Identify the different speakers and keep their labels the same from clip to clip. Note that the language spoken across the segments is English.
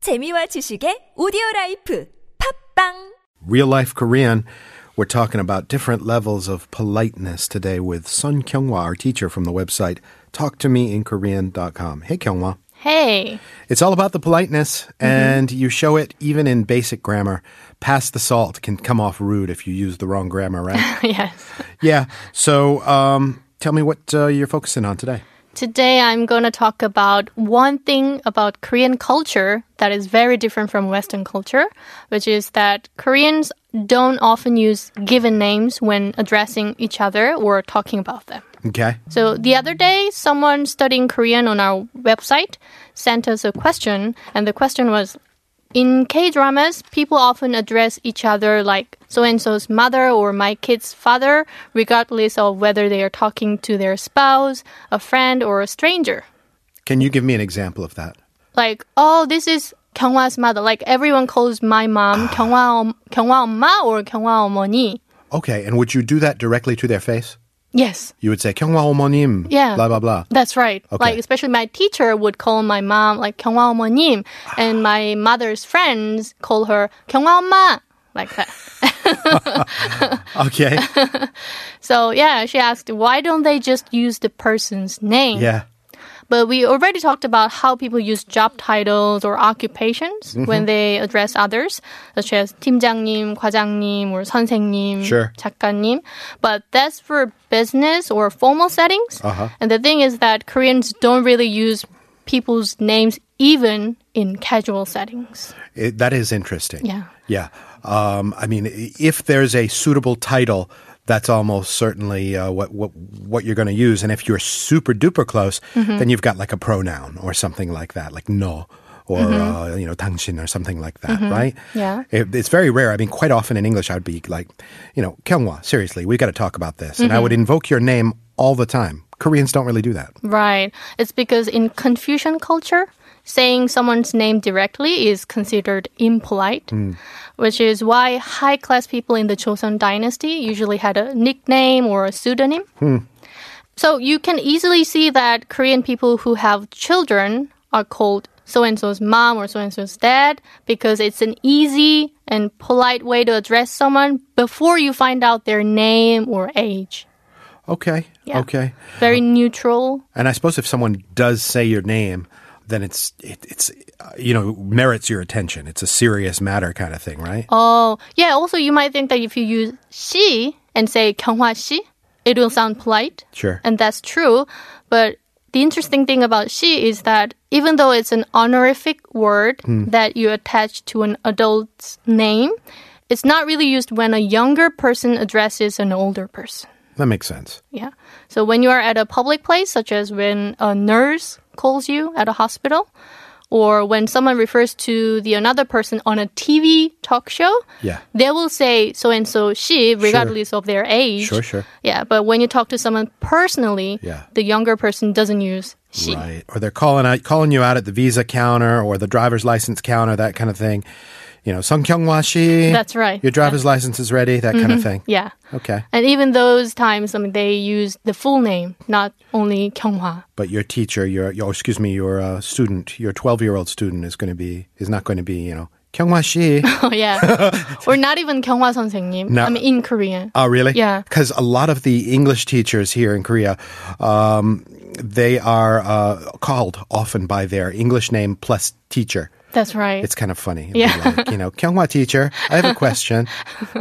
Speaker 1: 재미와 지식의 오디오 라이프 팝빵
Speaker 2: Real Life Korean. We're talking about different levels of politeness today with Sun Kyunghwa, our teacher from the website talktomeinkorean.com. Hey Kyunghwa.
Speaker 3: Hey.
Speaker 2: It's all about the politeness and you show it even in basic grammar. Pass the salt can come off rude if you use the wrong grammar, right?
Speaker 3: yes.
Speaker 2: yeah. So, um, tell me what uh, you're focusing on today.
Speaker 3: Today I'm going to talk about one thing about Korean culture that is very different from Western culture, which is that Koreans don't often use given names when addressing each other or talking about them.
Speaker 2: Okay.
Speaker 3: So the other day, someone studying Korean on our website sent us a question, and the question was In K dramas, people often address each other like so and so's mother or my kid's father, regardless of whether they are talking to their spouse, a friend, or a stranger.
Speaker 2: Can you give me an example of that?
Speaker 3: Like, oh, this is Kyunghwa's mother. Like, everyone calls my mom Kyunghwa om- Kyunghwa 엄마 or Kyunghwa 어머니.
Speaker 2: Okay. And would you do that directly to their face?
Speaker 3: Yes.
Speaker 2: You would say Kyunghwa 어머님.
Speaker 3: Yeah.
Speaker 2: Blah blah blah.
Speaker 3: That's right.
Speaker 2: Okay.
Speaker 3: Like especially my teacher would call my mom like 경화 어머님, and my mother's friends call her 경화 엄마, like that.
Speaker 2: Okay.
Speaker 3: So yeah, she asked why don't they just use the person's name?
Speaker 2: yeah.
Speaker 3: But we already talked about how people use job titles or occupations
Speaker 2: Mm-hmm.
Speaker 3: when they address others, such as 팀장님, 과장님, or 선생님,
Speaker 2: Sure.
Speaker 3: 작가님. But that's for business or formal settings.
Speaker 2: Uh-huh.
Speaker 3: And the thing is that Koreans don't really use people's names even in casual settings.
Speaker 2: It, that is interesting.
Speaker 3: Yeah.
Speaker 2: Yeah. Um, I mean, i- if there's a suitable title, that's almost certainly uh, what, what, what you're going to use. And if you're super duper close,
Speaker 3: Mm-hmm.
Speaker 2: then you've got like a pronoun or something like that, like no. Or uh, you know, 당신 or something like that, right?
Speaker 3: Mm-hmm. Yeah.
Speaker 2: It, it's very rare. I mean, quite often in English, I'd be like, you know, Kyunghwa, seriously, we've got to talk about this, and
Speaker 3: Mm-hmm.
Speaker 2: I would invoke your name all the time. Koreans don't really do that.
Speaker 3: Right. It's because in Confucian culture, saying someone's name directly is considered impolite, which is why high class people in the Joseon dynasty usually had a nickname or a pseudonym. So you can easily see that Korean people who have children are called so and so's mom or so and so's dad because it's an easy and polite way to address someone before you find out their name or age.
Speaker 2: Okay.
Speaker 3: Yeah.
Speaker 2: Okay.
Speaker 3: Very neutral.
Speaker 2: And I suppose if someone does say your name, then it's it, it's uh, you know merits your attention. It's a serious matter kind of thing, right?
Speaker 3: Oh, yeah. Also, you might think that if you use she and say 경화 씨, it will sound polite.
Speaker 2: Sure.
Speaker 3: And that's true. But the interesting thing about she is that even though it's an honorific word that you attach to an adult's name, it's not really used when a younger person addresses an older person.
Speaker 2: That makes sense.
Speaker 3: Yeah. So when you are at a public place, such as when a nurse calls you at a hospital, or when someone refers to the another person on a TV talk show,
Speaker 2: Yeah.
Speaker 3: they will say so and so she, regardless of their age.
Speaker 2: Sure, sure.
Speaker 3: Yeah. But when you talk to someone personally,
Speaker 2: Yeah.
Speaker 3: the younger person doesn't use she.
Speaker 2: Right. Or they're calling out calling you out at the visa counter or the driver's license counter, that kind of thing. You know, Sung Kyung Washi.
Speaker 3: That's right. Mm-hmm.
Speaker 2: Your driver's license is ready, that kind of thing.
Speaker 3: Yeah.
Speaker 2: Okay.
Speaker 3: And even those times, I mean, they use the full name, not only Kyunghwa.
Speaker 2: But your teacher, your, your excuse me, your uh, student, your twelve year old student is going to be is not going to be you know Kyung Washi.
Speaker 3: Oh, yeah. or not even Kyunghwa 선생님.
Speaker 2: No.
Speaker 3: I mean, in Korean.
Speaker 2: Oh, really?
Speaker 3: Yeah.
Speaker 2: Because a lot of the English teachers here in Korea, um, they are uh, called often by their English name plus teacher.
Speaker 3: That's right.
Speaker 2: It's kind of funny. It'd be like, you know, Kyunghwa teacher, I have a question.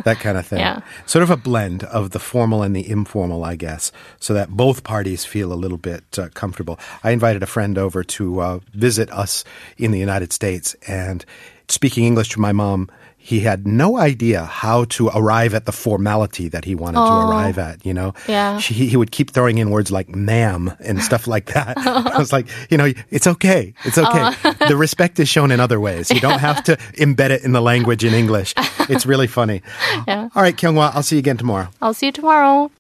Speaker 2: that kind of thing.
Speaker 3: Yeah.
Speaker 2: Sort of a blend of the formal and the informal, I guess, so that both parties feel a little bit uh, comfortable. I invited a friend over to uh, visit us in the United States, and speaking English to my mom, he had no idea how to arrive at the formality that he wanted to arrive at, you know?
Speaker 3: Yeah.
Speaker 2: She, he would keep throwing in words like ma'am and stuff like that. I was like, you know, it's okay. It's okay.
Speaker 3: Uh.
Speaker 2: the respect is shown in other ways. You don't have to embed it in the language in English. It's really funny.
Speaker 3: Yeah.
Speaker 2: All right, Kyunghwa, I'll see you again tomorrow.
Speaker 3: I'll see you tomorrow.